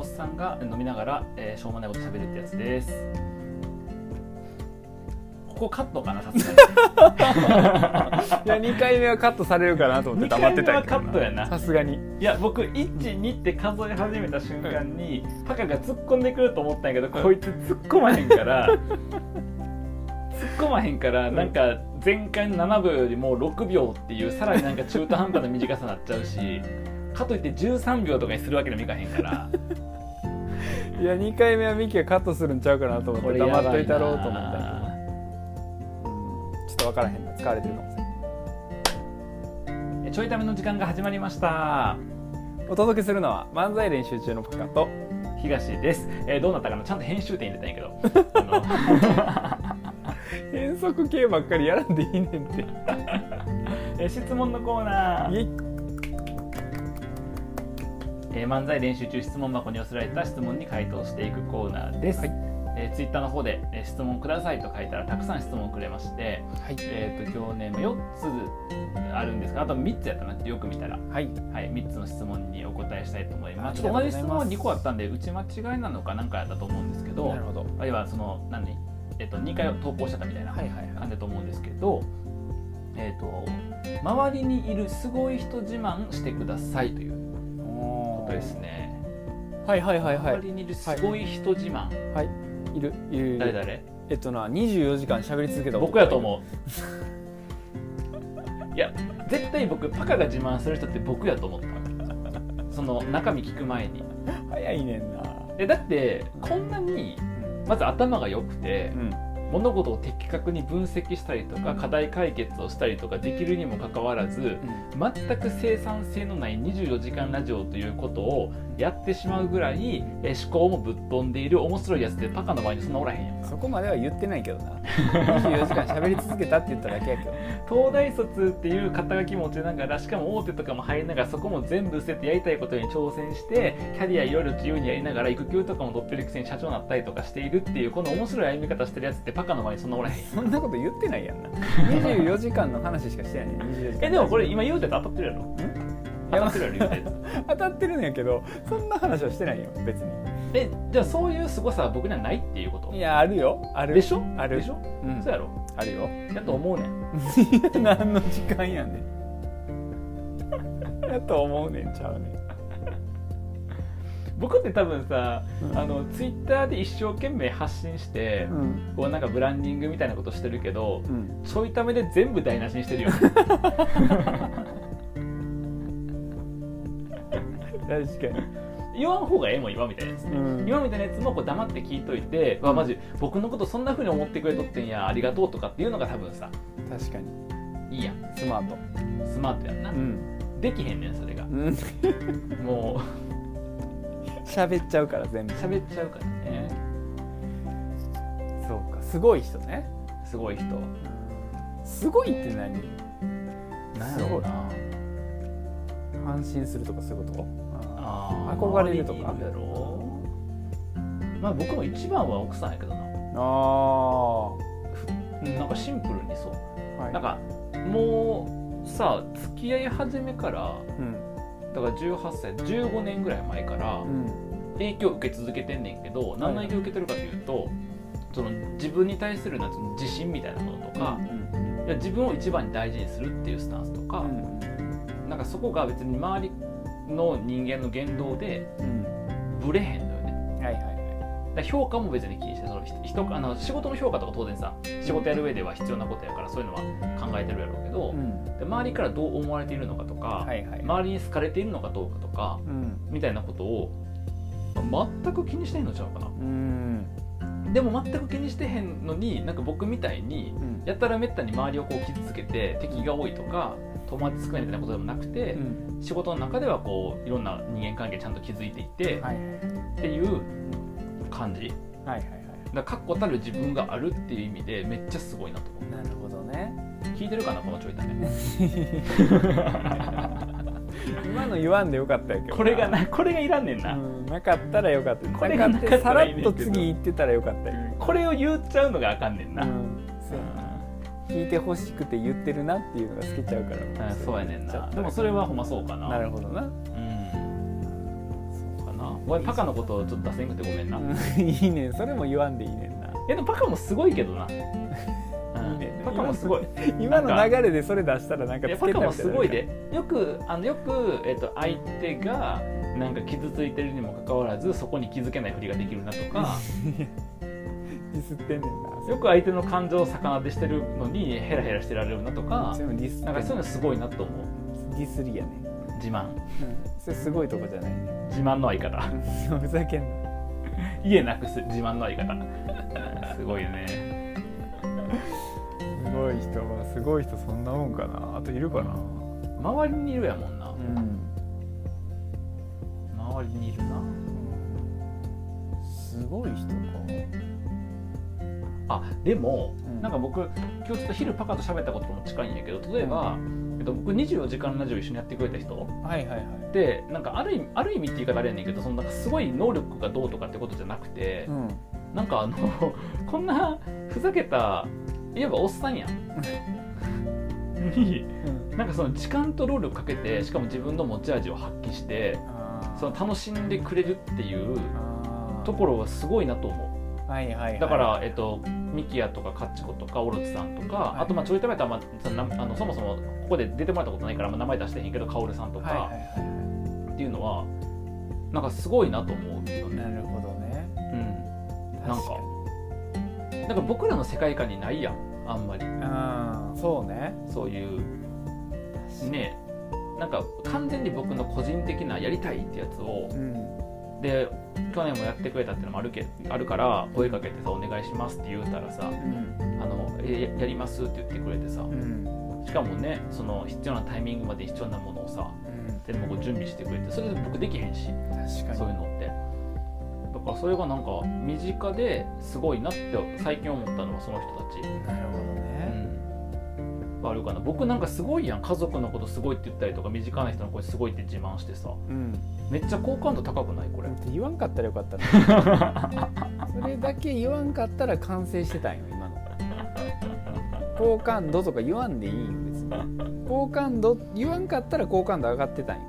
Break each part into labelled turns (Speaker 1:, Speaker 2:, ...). Speaker 1: っさんが飲みながら、えーしょうもないこと喋るってやつですここカットかなさすがに
Speaker 2: いや2回目はカットされるかなと思って黙ってたんやけ
Speaker 1: 二回目はカ
Speaker 2: ど
Speaker 1: ットやな
Speaker 2: さすがに
Speaker 1: いや僕12って数え始めた瞬間にタカが突っ込んでくると思ったんやけど
Speaker 2: うん
Speaker 1: こいつ突っ込まへんから突 っ込まへんからなんか前回の7秒よりも6秒っていうさらになんか中途半端な短さになっちゃうしかといって13秒とかにするわけにもいかへんから
Speaker 2: いや2回目はミキがカットするんちゃうかなと思って
Speaker 1: やばい
Speaker 2: 黙
Speaker 1: な
Speaker 2: っといたろうと思ったんやけどうんちょっと分からへんな疲れてるかもしれん
Speaker 1: えちょいための時間が始まりました
Speaker 2: お届けするのは漫才練習中のポカと
Speaker 1: 東です、えーどうなったかなちゃんと編集点入れたんやけ どあの
Speaker 2: 変則系ばっかりやらんでいいねんって
Speaker 1: え質問のコーナー
Speaker 2: いえ
Speaker 1: えー漫才練習中質問箱に寄せられた質問に回答していくコーナーです、
Speaker 2: はい
Speaker 1: えツイッター Twitter の方で、えー質問くださいと書いたらたくさん質問くれまして、
Speaker 2: はい
Speaker 1: えー、と今日ねまあ4つあるんですがあと3つやったなってよく見たら、
Speaker 2: はい
Speaker 1: はい、3つの質問にお答えしたいと思います
Speaker 2: あり
Speaker 1: ちょ
Speaker 2: が
Speaker 1: っと同
Speaker 2: とうござい
Speaker 1: じ
Speaker 2: ます
Speaker 1: 質問は2個あったんで打ち間違いなのかなんかだと思うんですけど
Speaker 2: なるほど
Speaker 1: あるいはその何、えー、と2回投稿しちゃったみたいな
Speaker 2: はいはいは
Speaker 1: 感
Speaker 2: い
Speaker 1: じだと思うんですけど、えー、と周りにいるすごい人自慢してくださいというこ
Speaker 2: お
Speaker 1: とです
Speaker 2: ー
Speaker 1: ね。
Speaker 2: はいはいはいは
Speaker 1: 周
Speaker 2: い
Speaker 1: りにいるすごい人自慢、
Speaker 2: はいいるいるい
Speaker 1: 誰
Speaker 2: る
Speaker 1: 誰
Speaker 2: えっとな24時間喋り続けた
Speaker 1: 僕やと
Speaker 2: う
Speaker 1: 思ういや絶対僕パカが自慢する人って僕やと思ったその中身聞く前に
Speaker 2: 早いねんな
Speaker 1: えだってこんなにまず頭が良くて
Speaker 2: うん
Speaker 1: 物事を的確に分析したりとか課題解決をしたりとかできるにもかかわらず全く生産性のない24時間ラジオということをやってしまうぐらいえ思考もぶっ飛んでいる面白いやつってパカの場合にそんなおらへんやん
Speaker 2: そこまでは言ってないけど な24時間喋り続けたって言っただけやけど
Speaker 1: 東大卒っていう肩書き持ちながらしかも大手とかも入りながらそこも全部捨ててやりたいことに挑戦してキャリアいろいろ自由にやりながら育休とかも取ってるくせに社長になったりとかしているっていうこの面白い歩み方してるやつってパカの前にそんなおらへん
Speaker 2: そんなこと言ってないやんな24時間の話しかしてないね24時間
Speaker 1: えでもこれ今言うてた当たってるやろ当たってるやろ言うてた
Speaker 2: 当たってるんやけどそんな話はしてないよ別に
Speaker 1: えじゃあそういう凄さは僕にはないっていうこと
Speaker 2: いやあるよある
Speaker 1: でしょ
Speaker 2: ある
Speaker 1: でしょ、
Speaker 2: うん
Speaker 1: そうやろ
Speaker 2: あるよ
Speaker 1: やと思うねん
Speaker 2: 何の時間やねん やと思うねんちゃうねん
Speaker 1: 僕って多分さ、
Speaker 2: うん
Speaker 1: あのツイッターで一生懸命発信して、
Speaker 2: うん
Speaker 1: こうなんかブランディングみたいなことしてるけど、
Speaker 2: うん
Speaker 1: ちょいためで全部台無しにしてるよね
Speaker 2: 確かに
Speaker 1: 言わん方がええもん今みたいなやつね、
Speaker 2: うん
Speaker 1: 今みたいなやつもこう黙って聞いといて、わマジ僕のことそんな風に思ってくれとってんやありがとうとかっていうのが多分さ
Speaker 2: 確かに
Speaker 1: いいやん
Speaker 2: スマート
Speaker 1: スマートやんな、
Speaker 2: うん
Speaker 1: できへんねんそれが
Speaker 2: うん
Speaker 1: も
Speaker 2: 喋っちゃうから全部
Speaker 1: う喋っちゃうからね
Speaker 2: そうかすごい人ね
Speaker 1: すごい人
Speaker 2: すごいって何
Speaker 1: なんやろうな
Speaker 2: 安心するとかそういうこと
Speaker 1: あー
Speaker 2: 憧れるとか
Speaker 1: 周りにいやろまあ僕も一番は奥さんやけどな
Speaker 2: ああは
Speaker 1: うんなんかシンプルにそう
Speaker 2: い
Speaker 1: なんかもうさ付き合い始めから
Speaker 2: うん
Speaker 1: だから18歳15年ぐらい前から
Speaker 2: うん
Speaker 1: 影響を受け続けてんねんけど何の影響を受けてるかというと、その自分に対するなんていうの自信みたいなものとか、
Speaker 2: うん
Speaker 1: いや自分を一番に大事にするっていうスタンスとか、なんかそこが別に周りの人間の言動で
Speaker 2: うん
Speaker 1: ブレへんのよね。
Speaker 2: はいは
Speaker 1: だ
Speaker 2: いはい
Speaker 1: から評価も別に気にしてその人人あの仕事の評価とか当然さ仕事やる上では必要なことやからそういうのは考えてるやろうけど、
Speaker 2: ん
Speaker 1: で周りからどう思われているのかとか、
Speaker 2: はいはい
Speaker 1: 周りに好かれているのかどうかとか
Speaker 2: うん
Speaker 1: みたいなことをま全く気にしてへんのちゃうかな
Speaker 2: うん
Speaker 1: でも全く気にしてへんのになんか僕みたいに
Speaker 2: うん
Speaker 1: やたらめったに周りをこう傷つけて敵が多いとか友達少ないみたいなことでもなくて、
Speaker 2: うん
Speaker 1: 仕事の中ではこういろんな人間関係ちゃんと築いていって、
Speaker 2: はい
Speaker 1: っていう感じ
Speaker 2: はいはいはい
Speaker 1: だから確固たる自分があるっていう意味でめっちゃすごいなと思
Speaker 2: なるほど ね
Speaker 1: う聞いてるかなこのちょいため
Speaker 2: 今の言わんでよかったやけ ど
Speaker 1: これがなこれがいらんねんな、
Speaker 2: うんなかったらよかった
Speaker 1: これがなかったら
Speaker 2: さら
Speaker 1: いい
Speaker 2: っ
Speaker 1: ねん
Speaker 2: と
Speaker 1: けど
Speaker 2: 次行ってたらよかったや
Speaker 1: これを言っちゃうのがあかんねん
Speaker 2: けど
Speaker 1: な、
Speaker 2: うんそうやな聞いてほしくて言ってるなっていうのが透けちゃうから
Speaker 1: あそうやねん
Speaker 2: ちょっ
Speaker 1: な
Speaker 2: と
Speaker 1: でもそれはほんまそうかな
Speaker 2: なるほどな
Speaker 1: うんそうかなごめんパカのことちょっと出せんくてごめんな、い
Speaker 2: うんいいねんそれも言わんでいいねんな
Speaker 1: やでもパカもすごいけど な、うん
Speaker 2: ね
Speaker 1: パカもすごい
Speaker 2: 今の流れでそれ出したらなんか
Speaker 1: いや
Speaker 2: つ
Speaker 1: パ
Speaker 2: け
Speaker 1: カ
Speaker 2: た
Speaker 1: も
Speaker 2: みた
Speaker 1: す
Speaker 2: いにな
Speaker 1: ご
Speaker 2: る
Speaker 1: い
Speaker 2: から
Speaker 1: でよくあのよく、えっと相手がなんか傷ついてるにもかかわらずそこに気づけないふりができるなとか
Speaker 2: ディスってんねんな
Speaker 1: よく相手の感情を逆なでしてるのにヘラヘラしてられるなとか
Speaker 2: それもディスってん
Speaker 1: なん
Speaker 2: ね
Speaker 1: かそ
Speaker 2: ん
Speaker 1: ういうのすごいなと思う
Speaker 2: ディスりやね、
Speaker 1: 自慢
Speaker 2: うん、それすごいとこじゃないね
Speaker 1: 自慢の相 方
Speaker 2: ふざけんな
Speaker 1: 家なくす自慢の相方すごいよね
Speaker 2: すごい人はすごい人そんなもんかなあといるかな
Speaker 1: 周りにいるやもんな
Speaker 2: うん
Speaker 1: 周りにいるな
Speaker 2: すごい人か
Speaker 1: あでも、
Speaker 2: うん
Speaker 1: なんか僕今日ちょっと昼パカと喋ったことも近いんやけど例えば、えっと、僕24時間ラジオ一緒にやってくれた人
Speaker 2: はいはいはい、
Speaker 1: でなんかある意味ある意味って言い方あれやねんけどそのなんかすごい能力がどうとかってことじゃなくて、
Speaker 2: ん、
Speaker 1: なんかあの こんなふざけたいわばおっさんやん。になんかその時間と労力かけてしかも自分の持ち味を発揮して
Speaker 2: あ
Speaker 1: その楽しんでくれるっていう
Speaker 2: あ
Speaker 1: ところはすごいなと思う
Speaker 2: はいはい、はい、
Speaker 1: だから、えっと、ミキヤとかカッチコとかオロチさんとか、
Speaker 2: はい
Speaker 1: あとまあちょい食べたら、まあ、そのなあのそもそもここで出てもらったことないから、まあ、名前出してへんけどカオルさんと
Speaker 2: はいは
Speaker 1: か
Speaker 2: いは
Speaker 1: っていうのはなんかすごいなと思うよ
Speaker 2: いな
Speaker 1: ね。
Speaker 2: るほどね
Speaker 1: うん
Speaker 2: 確
Speaker 1: なんかなんか僕らの世界観にないやんあんまり
Speaker 2: かうんそうね
Speaker 1: そういうねなんか完全に僕の個人的なやりたいってやつを
Speaker 2: うん
Speaker 1: で去年もやってくれたってのもあるけあるから声かけてさ「お願いします」って言うたらさ「
Speaker 2: うん
Speaker 1: あのえややります」って言ってくれてさ
Speaker 2: うん
Speaker 1: しかもねその必要なタイミングまで必要なものをさ
Speaker 2: うん
Speaker 1: 全部こう準備してくれてそれで僕できへんし
Speaker 2: 確かに
Speaker 1: そういうのってだからそれがなんか身近ですごいなって最近思ったのはその人たち
Speaker 2: なるほどね、
Speaker 1: うん、あるかな僕なんかすごいやん家族のことすごいって言ったりとか身近な人の声すごいって自慢してさ
Speaker 2: うん、
Speaker 1: めっちゃ好感度高くないこれ
Speaker 2: だって言わんかったらよ かったねそれだけ言わんかったら完成してたんよ今の好感度とか言わんでいいよ別に好感度言わんかったら好感度上がってたんよ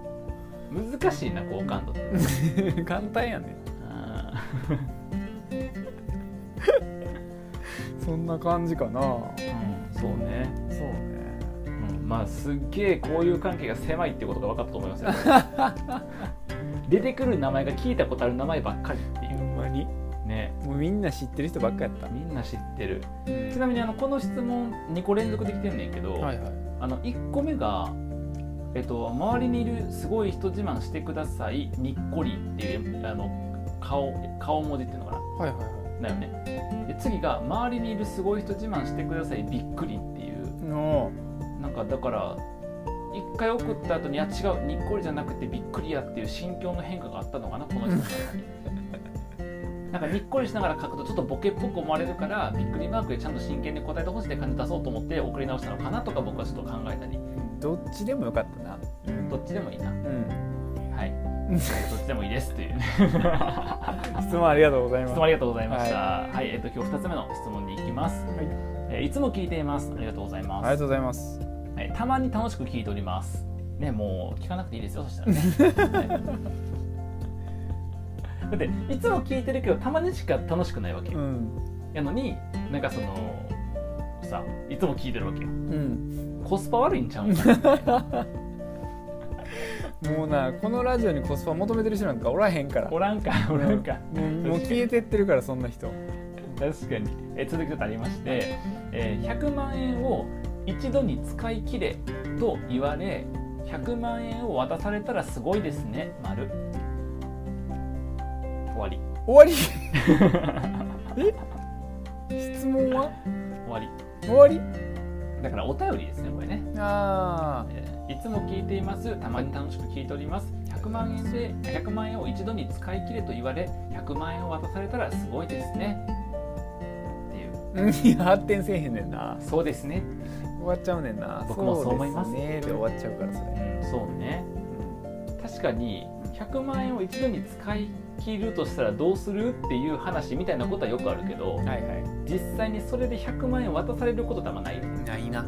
Speaker 1: 難しいな好感度って
Speaker 2: 簡単やね
Speaker 1: あ
Speaker 2: そんな感じかなそ
Speaker 1: ーうん そうね、
Speaker 2: うね
Speaker 1: うん、まあすっげえこういう関係が狭いってことが分かったと思います よ出てくる名前が聞いたことある名前ばっかりってい
Speaker 2: ほんまに
Speaker 1: うね
Speaker 2: もうみんな知ってる人ばっかやった、
Speaker 1: みんな知ってるちなみにあのこの質問2個連続できてんねんけど、
Speaker 2: はいはい
Speaker 1: あの1個目が、えっと、周りにいるすごい人自慢してくださいにっこりっていうあの顔顔文字っていうのか
Speaker 2: はいはいは
Speaker 1: なだよねで次が周りにいるすごい人自慢してくださいびっくりっていう
Speaker 2: いの
Speaker 1: なんかだから1回送った後にいや違うにっこりじゃなくてびっくりやっていう心境の変化があったのかなこの人の中に なんかにっこりしながら書くとちょっとボケっぽく思われるからびっくりマークでちゃんと真剣に答えてほしいって感じ出そうと思って送り直したのかなとか僕はちょっと考えたり
Speaker 2: どっちでもよかったな
Speaker 1: どっちでもいいな
Speaker 2: うん
Speaker 1: はい。どっちでもいいですという ね
Speaker 2: 質問ありがとうございま
Speaker 1: 質
Speaker 2: す
Speaker 1: 問ありがとうございました。はい、えっ、と今日二つ目の質問に行きます。
Speaker 2: はい
Speaker 1: えーいつも聞いています。ありがとうござい
Speaker 2: あ
Speaker 1: ま
Speaker 2: りが
Speaker 1: す。
Speaker 2: とうございます
Speaker 1: はい、たまに楽しく聞いております。ね、もう聞かなくていいですよ。そしたらね。 はいだっていつも聞いてるけどたまにしか楽しくないわけ。
Speaker 2: うん
Speaker 1: やのになんかそのさいつも聞いてるわけよ。
Speaker 2: うん
Speaker 1: コスパ悪いんちゃうんか な。
Speaker 2: もうなこのラジオにコスパ求めてる人なんかおらへんから
Speaker 1: おらんかおらんか。
Speaker 2: もうもう消えてってるからそんな人
Speaker 1: 確かに、えー続きちょっとありまして、えー100万円を一度に使い切れと言われ100万円を渡されたらすごいですね丸終わり
Speaker 2: 終わり え質問は
Speaker 1: 終わり
Speaker 2: 終わり
Speaker 1: だからお便りですねこれね、
Speaker 2: あ
Speaker 1: えーいつも聞いていますたまに楽しく聞いております100万円で100万円を一度に使い切れと言われ100万円を渡されたらすごいですねっていう
Speaker 2: あ発展せえへんねんな
Speaker 1: そうですね、
Speaker 2: 終わっちゃうねんな
Speaker 1: 僕もそう思います
Speaker 2: そうですねで終わっちゃうからそれ
Speaker 1: うん、そうね確かに100万円を一度に使い切るとしたらどうするっていう話みたいなことはよくあるけど
Speaker 2: はいは
Speaker 1: 実際にそれで100万円渡されることってあんまない
Speaker 2: いないな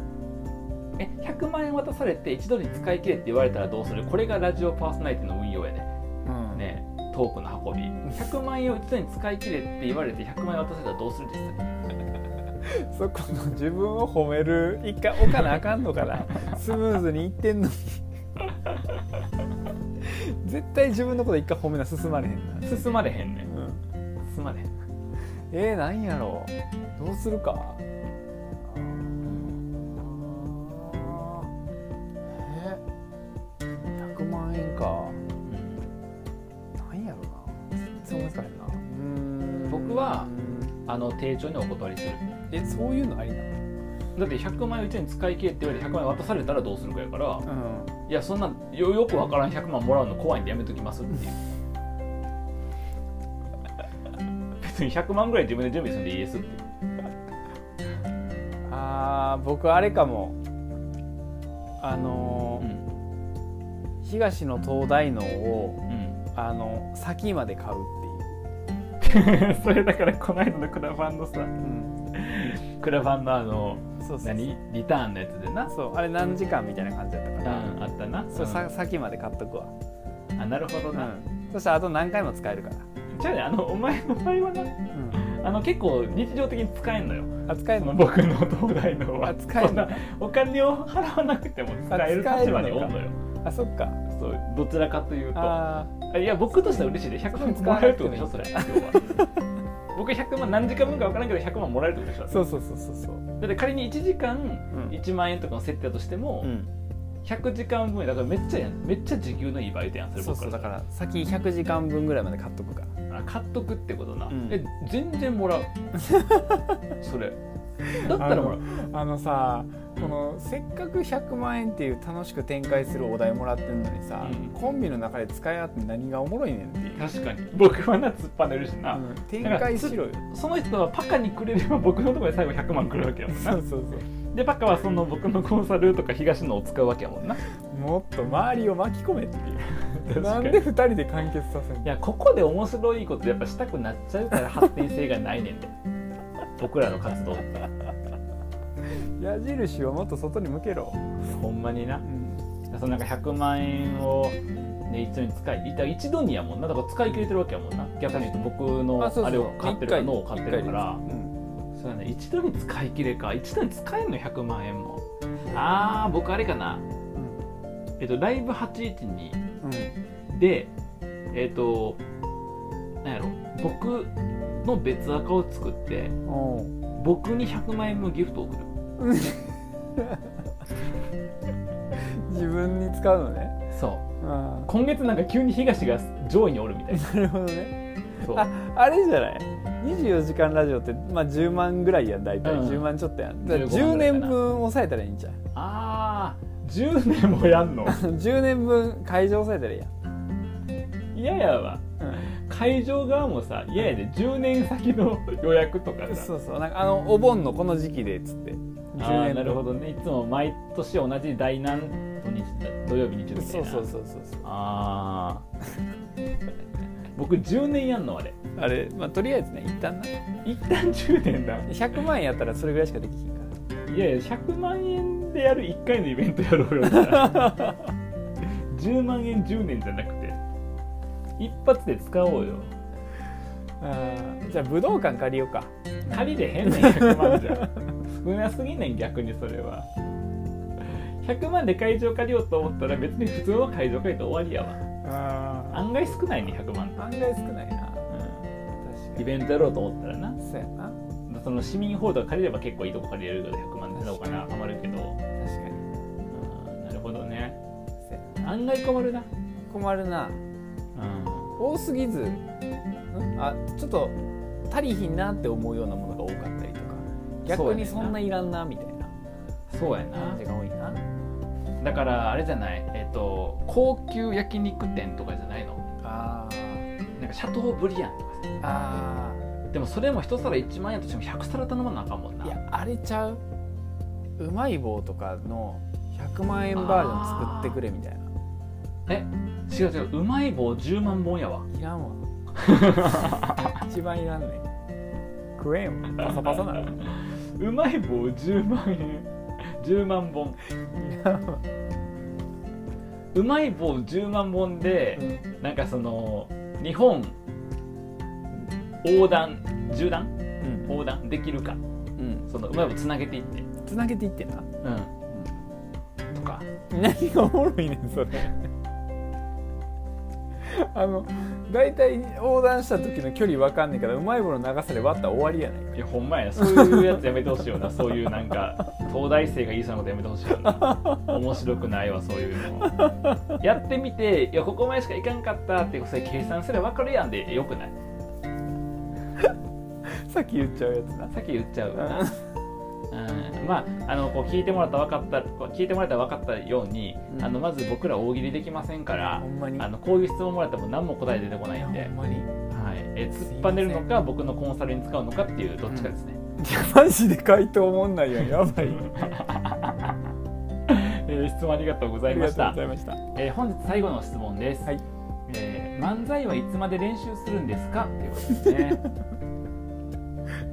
Speaker 1: え100万円渡されて一度に使い切れって言われたらどうするこれがラジオパーソナリティの運用やで
Speaker 2: うん
Speaker 1: ねえフォークの運び100万円を一度に使い切れって言われて100万円渡されたらどうする実際
Speaker 2: そこの自分を褒める一回置かなあかんのか なスムーズにいってんのに絶対自分のこと一回褒めな進まれへんな、
Speaker 1: 進まれへんねん
Speaker 2: うん、
Speaker 1: 進まれへん
Speaker 2: えー、なんやろうどうするかえー、100万円かなんやろな全然思いつかへんなうーん
Speaker 1: 僕はあの丁重にお断りする
Speaker 2: えそういうのありな
Speaker 1: だって100万円を一度に使い切れって言われて100万円渡されたらどうするかやから
Speaker 2: の
Speaker 1: いやそんなよよくわからん100万もらうの怖いんでやめときます っていう別に100万ぐらい自分で準備するんでいいですっていう
Speaker 2: うんあー僕あれかもあの
Speaker 1: う
Speaker 2: ー
Speaker 1: ん
Speaker 2: 東の東大能を
Speaker 1: うん
Speaker 2: あの先まで買うっ
Speaker 1: それだからこの間のクラファンのさ
Speaker 2: ていう、
Speaker 1: クラファンのあの
Speaker 2: そうそう
Speaker 1: 何リターンのやつでな
Speaker 2: そうあれ何時間みたいな感じだったか
Speaker 1: リタ
Speaker 2: ら、
Speaker 1: ーンあったな
Speaker 2: それさ先まで買っとくわ、
Speaker 1: あなるほど
Speaker 2: う
Speaker 1: な、
Speaker 2: ん、そしたらあと何回も使えるから、
Speaker 1: じゃあねあのお前の場合はな
Speaker 2: う
Speaker 1: あの結構日常的に使えんのよ
Speaker 2: ん、扱え
Speaker 1: そ
Speaker 2: る
Speaker 1: の
Speaker 2: の
Speaker 1: 僕の東大のは
Speaker 2: 扱える
Speaker 1: そんなお金を払わなくても使える
Speaker 2: あ使え
Speaker 1: 立場
Speaker 2: るのか
Speaker 1: におんのよ
Speaker 2: あそっか
Speaker 1: そうどちらかというと
Speaker 2: あー
Speaker 1: いや僕としては嬉しいで100万もらえるってことでしょそれ要は 僕100万何時間分か分からんけど100万もらえるってことでし
Speaker 2: そうそうそうそうそう、
Speaker 1: ょだって仮に1時間
Speaker 2: うん
Speaker 1: 1万円とかの設定だとしても、
Speaker 2: うん、
Speaker 1: 100時間分やだからめっちゃやんめっちゃ時給のいいバイトやんそれ
Speaker 2: そう
Speaker 1: 僕
Speaker 2: そ
Speaker 1: ら
Speaker 2: うだから先100時間分ぐらいまで買っとくから
Speaker 1: あ買っとくってことな、
Speaker 2: うん
Speaker 1: え全然もら うそれだったらもらう
Speaker 2: あのさこのせっかく100万円っていう楽しく展開するお題もらってんのにさ、
Speaker 1: うん
Speaker 2: コンビの中で使い合って何がおもろいねんっていう、
Speaker 1: 確かに僕はな突っ張ねるしな、
Speaker 2: うん展開しろよ
Speaker 1: その人はパカにくれれば僕のところで最後100万くるわけやもん
Speaker 2: そ
Speaker 1: な
Speaker 2: う そう
Speaker 1: でパカはその僕のコンサルとか東野を使うわけやもんな
Speaker 2: そうもっと周りを巻き込めってい
Speaker 1: 確
Speaker 2: う な
Speaker 1: か
Speaker 2: ん
Speaker 1: に
Speaker 2: で2人で完結させん
Speaker 1: い
Speaker 2: の
Speaker 1: やここで面白いことやっぱしたくなっちゃうから発展性がないねんで僕らの活動って
Speaker 2: 矢印をもっと外に向けろ、
Speaker 1: ほんまにな
Speaker 2: うん、
Speaker 1: そのなんか100万円を、ね、一度に使いいた一度にやもんなだから使い切れてるわけやもんな逆に言うと僕のあれを買ってるから脳を買ってるからそうやね一度に使い切れか一度に使えんの100万円もあー僕あれかな、えっと、ライブ812
Speaker 2: うん
Speaker 1: でえっとなんやろ僕の別アカを作って
Speaker 2: うんおう
Speaker 1: 僕に100万円分ギフトを送る
Speaker 2: 自分に使うのね
Speaker 1: そう
Speaker 2: あ
Speaker 1: 今月なんか急に東が上位におるみたいな
Speaker 2: ーなるほどね
Speaker 1: そう
Speaker 2: ああれじゃない24時間ラジオって、まあ、10万ぐらいやん大体、
Speaker 1: うん
Speaker 2: 10万ちょっとやんだから
Speaker 1: 15万
Speaker 2: 10
Speaker 1: ぐらいか
Speaker 2: 年
Speaker 1: な
Speaker 2: 分抑えたらいいんじゃん
Speaker 1: あー10年もやんの
Speaker 2: 10年分会場抑えたらいい
Speaker 1: 嫌
Speaker 2: や
Speaker 1: やわ
Speaker 2: ん、
Speaker 1: 会場側もさ嫌やで10年先の予約とか
Speaker 2: うん、
Speaker 1: さ
Speaker 2: そうそうなんかあのお盆のこの時期でっつって
Speaker 1: あーなるほ
Speaker 2: ど
Speaker 1: どねいつも毎年同じ第何土日土曜日日曜日みた
Speaker 2: そ
Speaker 1: いうな
Speaker 2: そうそうそうそう
Speaker 1: ああ 僕10年やんのあれ
Speaker 2: あれまあとりあえずね一旦な
Speaker 1: 一旦10年だ
Speaker 2: 100万円やったらそれぐらいしかできひんから
Speaker 1: いやいや100万円でやる1回のイベントやろう よみたいな10万円10年じゃなくて一発で使おうよ
Speaker 2: あーじゃあ武道館借りようか
Speaker 1: 借りれへんねん100万じゃ少なすぎんねん逆にそれは100万で会場借りようと思ったら別に普通の会場借りて終わりやわ
Speaker 2: あ
Speaker 1: 案外少ないね100万って、
Speaker 2: 案外少ないな確
Speaker 1: イベントやろうと思ったらな
Speaker 2: そうやな
Speaker 1: その市民ホールとか借りれば結構いいとこ借りれるから100万でどうかな余るけど
Speaker 2: 確かに
Speaker 1: うんなるほどね
Speaker 2: そうや
Speaker 1: 案外困るな
Speaker 2: 困るな
Speaker 1: うん
Speaker 2: 多すぎずんあちょっと足りひんなって思うようなものが多かったりとか逆にそんないらんなみたいな
Speaker 1: そうや
Speaker 2: 感じが多いな
Speaker 1: だからあれじゃないえっと高級焼肉店とかじゃないの
Speaker 2: あ
Speaker 1: なんかシャトーブリアンとかさ
Speaker 2: ーあ
Speaker 1: でもそれも一皿1万円としても100皿頼まなあかんもん
Speaker 2: ー
Speaker 1: ない
Speaker 2: やあれちゃううまい棒とかの100万円バージョン作ってくれみたいな
Speaker 1: え違う違ううまい棒10万本やわ
Speaker 2: いらんわ 一番いらんねん食えんわパサパサなのいう
Speaker 1: まい棒10万円10万本
Speaker 2: らんわ
Speaker 1: うまい棒10万本でなんかその日本横断縦断
Speaker 2: うん
Speaker 1: 横断できるか
Speaker 2: うん
Speaker 1: そのうまいことつなげていって、
Speaker 2: つなげていってんな
Speaker 1: うん、とか
Speaker 2: 何がおもろいねんそれあの大体横断した時の距離わかんねえからうまいもの流され割ったら終わりやないか
Speaker 1: いやほんまやなそういうやつやめてほしいよ なそういうなんか東大生が言いそうなことやめてほしいよ な面白くないわそういうの やってみていやここまでしかいかんかったってそれ計算すれば分かるやんでよくない
Speaker 2: さっき言っちゃうやつな
Speaker 1: さっき言っちゃうわなうんまああのこう聞いてもらったら分かったこう聞いてもらったら分かったように、
Speaker 2: うん
Speaker 1: あのまず僕ら大喜利できませんから
Speaker 2: ほんまに
Speaker 1: あのこういう質問もらっても何も答え出てこないんで、
Speaker 2: ほんまに
Speaker 1: はい、え突っぱねるのか僕のコンサルに使うのかっていうどっちかですね、
Speaker 2: いやマジで回答もんないやんやばい
Speaker 1: えー 質問ありがとうござ
Speaker 2: あ
Speaker 1: い
Speaker 2: り
Speaker 1: ま
Speaker 2: がと
Speaker 1: し
Speaker 2: うご
Speaker 1: た
Speaker 2: ざいました
Speaker 1: えー本日最後の質問です、
Speaker 2: はい
Speaker 1: えー漫才はいつまで練習するんですかっていうことですね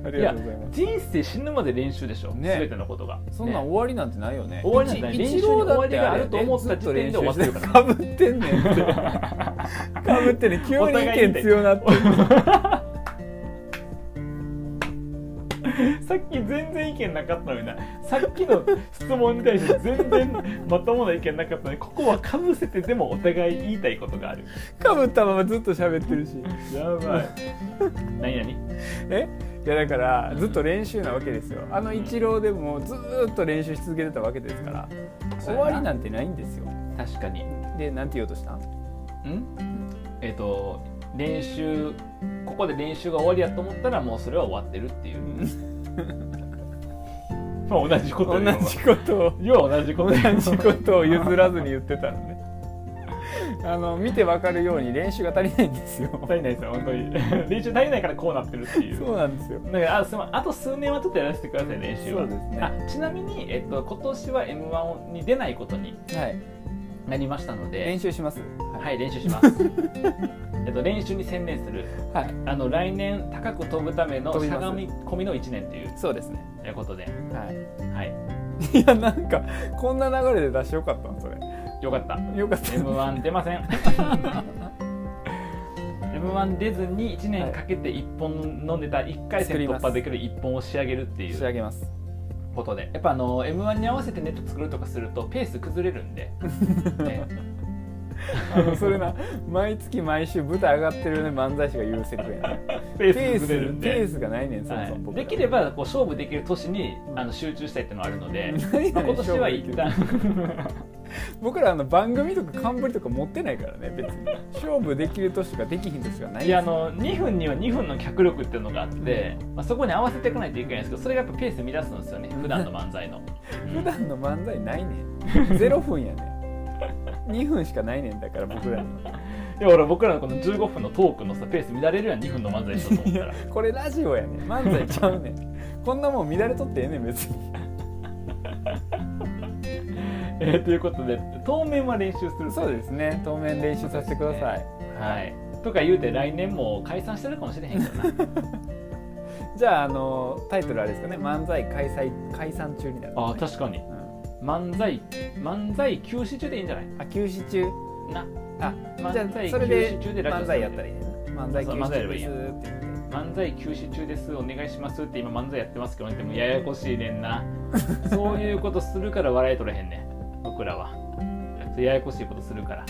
Speaker 2: ありがとうございます
Speaker 1: 人生死ぬまで練習でしょ、
Speaker 2: ね
Speaker 1: 全てのことが
Speaker 2: そんなん
Speaker 1: ね
Speaker 2: 終わりなんてないよね。
Speaker 1: 終わりなんてない
Speaker 2: 一一郎だ
Speaker 1: 練習に終
Speaker 2: っ
Speaker 1: わり
Speaker 2: て
Speaker 1: が
Speaker 2: あ
Speaker 1: あ
Speaker 2: れ
Speaker 1: ると思った時点で終わってるから
Speaker 2: かぶってんねんって。かぶってね急に意見強なって。
Speaker 1: さっき全然意見なかったのになさっきの質問に対して全然まともな意見なかったのにここはかぶせてでもお互い言いたいことがある
Speaker 2: かぶったままずっと喋ってるし。
Speaker 1: やばい何々
Speaker 2: えいやだからずっと練習なわけですよ。あの一郎でもずっと練習し続けてたわけですから。
Speaker 1: そう
Speaker 2: 終
Speaker 1: やな
Speaker 2: わりなんてないんですよ。
Speaker 1: 確かに
Speaker 2: で、なんて言おうとしたん
Speaker 1: んえっ、と練習ここで練習が終わりやと思ったらもうそれは終わってるっていうまあ同じこと
Speaker 2: 同
Speaker 1: よ
Speaker 2: じことを。
Speaker 1: 要は同じことよ
Speaker 2: 同じことを譲らずに言ってたのね。あの見てわかるように練習が足りないんですよ。
Speaker 1: 足りないですよ本当に練習足りないからこうなってるっていう
Speaker 2: そうなんですよ。
Speaker 1: だからあすまんあと数年はちょっとやらせてください練習は
Speaker 2: そうですね
Speaker 1: あちなみに、えっと今年は m 1に出ないことに
Speaker 2: はい。
Speaker 1: なりましたので
Speaker 2: 練習します。
Speaker 1: はい練習しますえっと練習に専念する
Speaker 2: はい。はい。
Speaker 1: あの来年高く飛ぶための
Speaker 2: 飛
Speaker 1: しゃ
Speaker 2: びます
Speaker 1: がみ込みの1年っていう
Speaker 2: そうですね。
Speaker 1: ということで、
Speaker 2: は
Speaker 1: はい、
Speaker 2: い。いやなんかこんな流れで出してよかったのそれ。
Speaker 1: よかった。
Speaker 2: よかった。
Speaker 1: M1 出ません。M1 出ずに1年かけて1本飲んでた1回戦
Speaker 2: 作り
Speaker 1: 突
Speaker 2: ます
Speaker 1: 破できる1本を仕上げるってい
Speaker 2: 仕上
Speaker 1: う
Speaker 2: げます。
Speaker 1: ことでやっぱあの M1 に合わせてネット作るとかするとペース崩れるんで、ね
Speaker 2: あのそれな毎月毎週舞台上がってるね漫才師が言うセリフやね。
Speaker 1: ペ
Speaker 2: ペ
Speaker 1: ー
Speaker 2: ー
Speaker 1: ス
Speaker 2: ス
Speaker 1: 崩れるん
Speaker 2: ペ
Speaker 1: で
Speaker 2: ー。スがないねんそも
Speaker 1: は
Speaker 2: そ
Speaker 1: い
Speaker 2: も。僕ら
Speaker 1: できれ。ばこう勝負できる年にあの集中したいっていうのはあるので、
Speaker 2: 何
Speaker 1: まあ
Speaker 2: 々
Speaker 1: 今年は一旦
Speaker 2: 僕らあの番組とか冠とか持ってないからね別に勝負できる年とかできひん年がな
Speaker 1: い
Speaker 2: い
Speaker 1: やあの2分には2分の脚力っていうのがあって、まあ、そこに合わせていかないといけないんですけどそれがやっぱペース乱すんですよね普段の漫才の。
Speaker 2: 普段の漫才ないねんゼロ分やねん2分しかないねんだから僕らに
Speaker 1: いや俺僕らのこの15分のトークのさペース乱れるやん2分の漫才したと思ったら
Speaker 2: これラジオやねん漫才ちゃうねんこんなもん乱れとってええねん別に
Speaker 1: えーということで当面は練習する
Speaker 2: そうですね当面練習させてください、
Speaker 1: はいとか言うて来年も解散してるかもしれへんけどな
Speaker 2: じゃああのタイトルあれですかね漫才開催解散中になる、
Speaker 1: あー確かに
Speaker 2: うん
Speaker 1: 漫才漫才休止中でいいんじゃない
Speaker 2: あ休止中
Speaker 1: な
Speaker 2: あじ
Speaker 1: 漫
Speaker 2: ゃ
Speaker 1: 才
Speaker 2: あそれ
Speaker 1: 休
Speaker 2: で
Speaker 1: 止中でラジオ
Speaker 2: 漫才やったらいいねんな漫才休
Speaker 1: そう漫才やれば
Speaker 2: 止中
Speaker 1: いい
Speaker 2: です
Speaker 1: やん
Speaker 2: って言って
Speaker 1: 漫才休止中ですお願いしますって今漫才やってますけどねでもややこしいねんなそういうことするから笑い取れへんねん僕らはややこしいことするから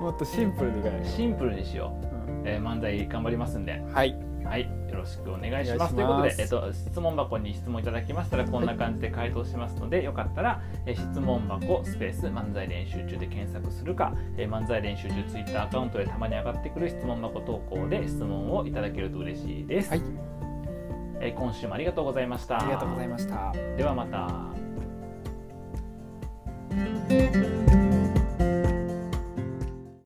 Speaker 2: もっとシンプルでいかないと、
Speaker 1: シンプルにしよう、えー漫才頑張りますんで
Speaker 2: うんはい
Speaker 1: はい、よろしくお願いし
Speaker 2: お願いし
Speaker 1: ま。
Speaker 2: ますす
Speaker 1: ということで、えっと、質問箱に質問いただきましたら、こんな感じで回答しますので、よかったら、え質問箱スペース漫才練習中で検索するか、え漫才練習中ツイッターアカウントでたまに上がってくる質問箱投稿で質問をいただけると嬉しいです。
Speaker 2: はい
Speaker 1: えー今週もありがとうございました。
Speaker 2: ありがとうございました
Speaker 1: ではまた。
Speaker 2: 「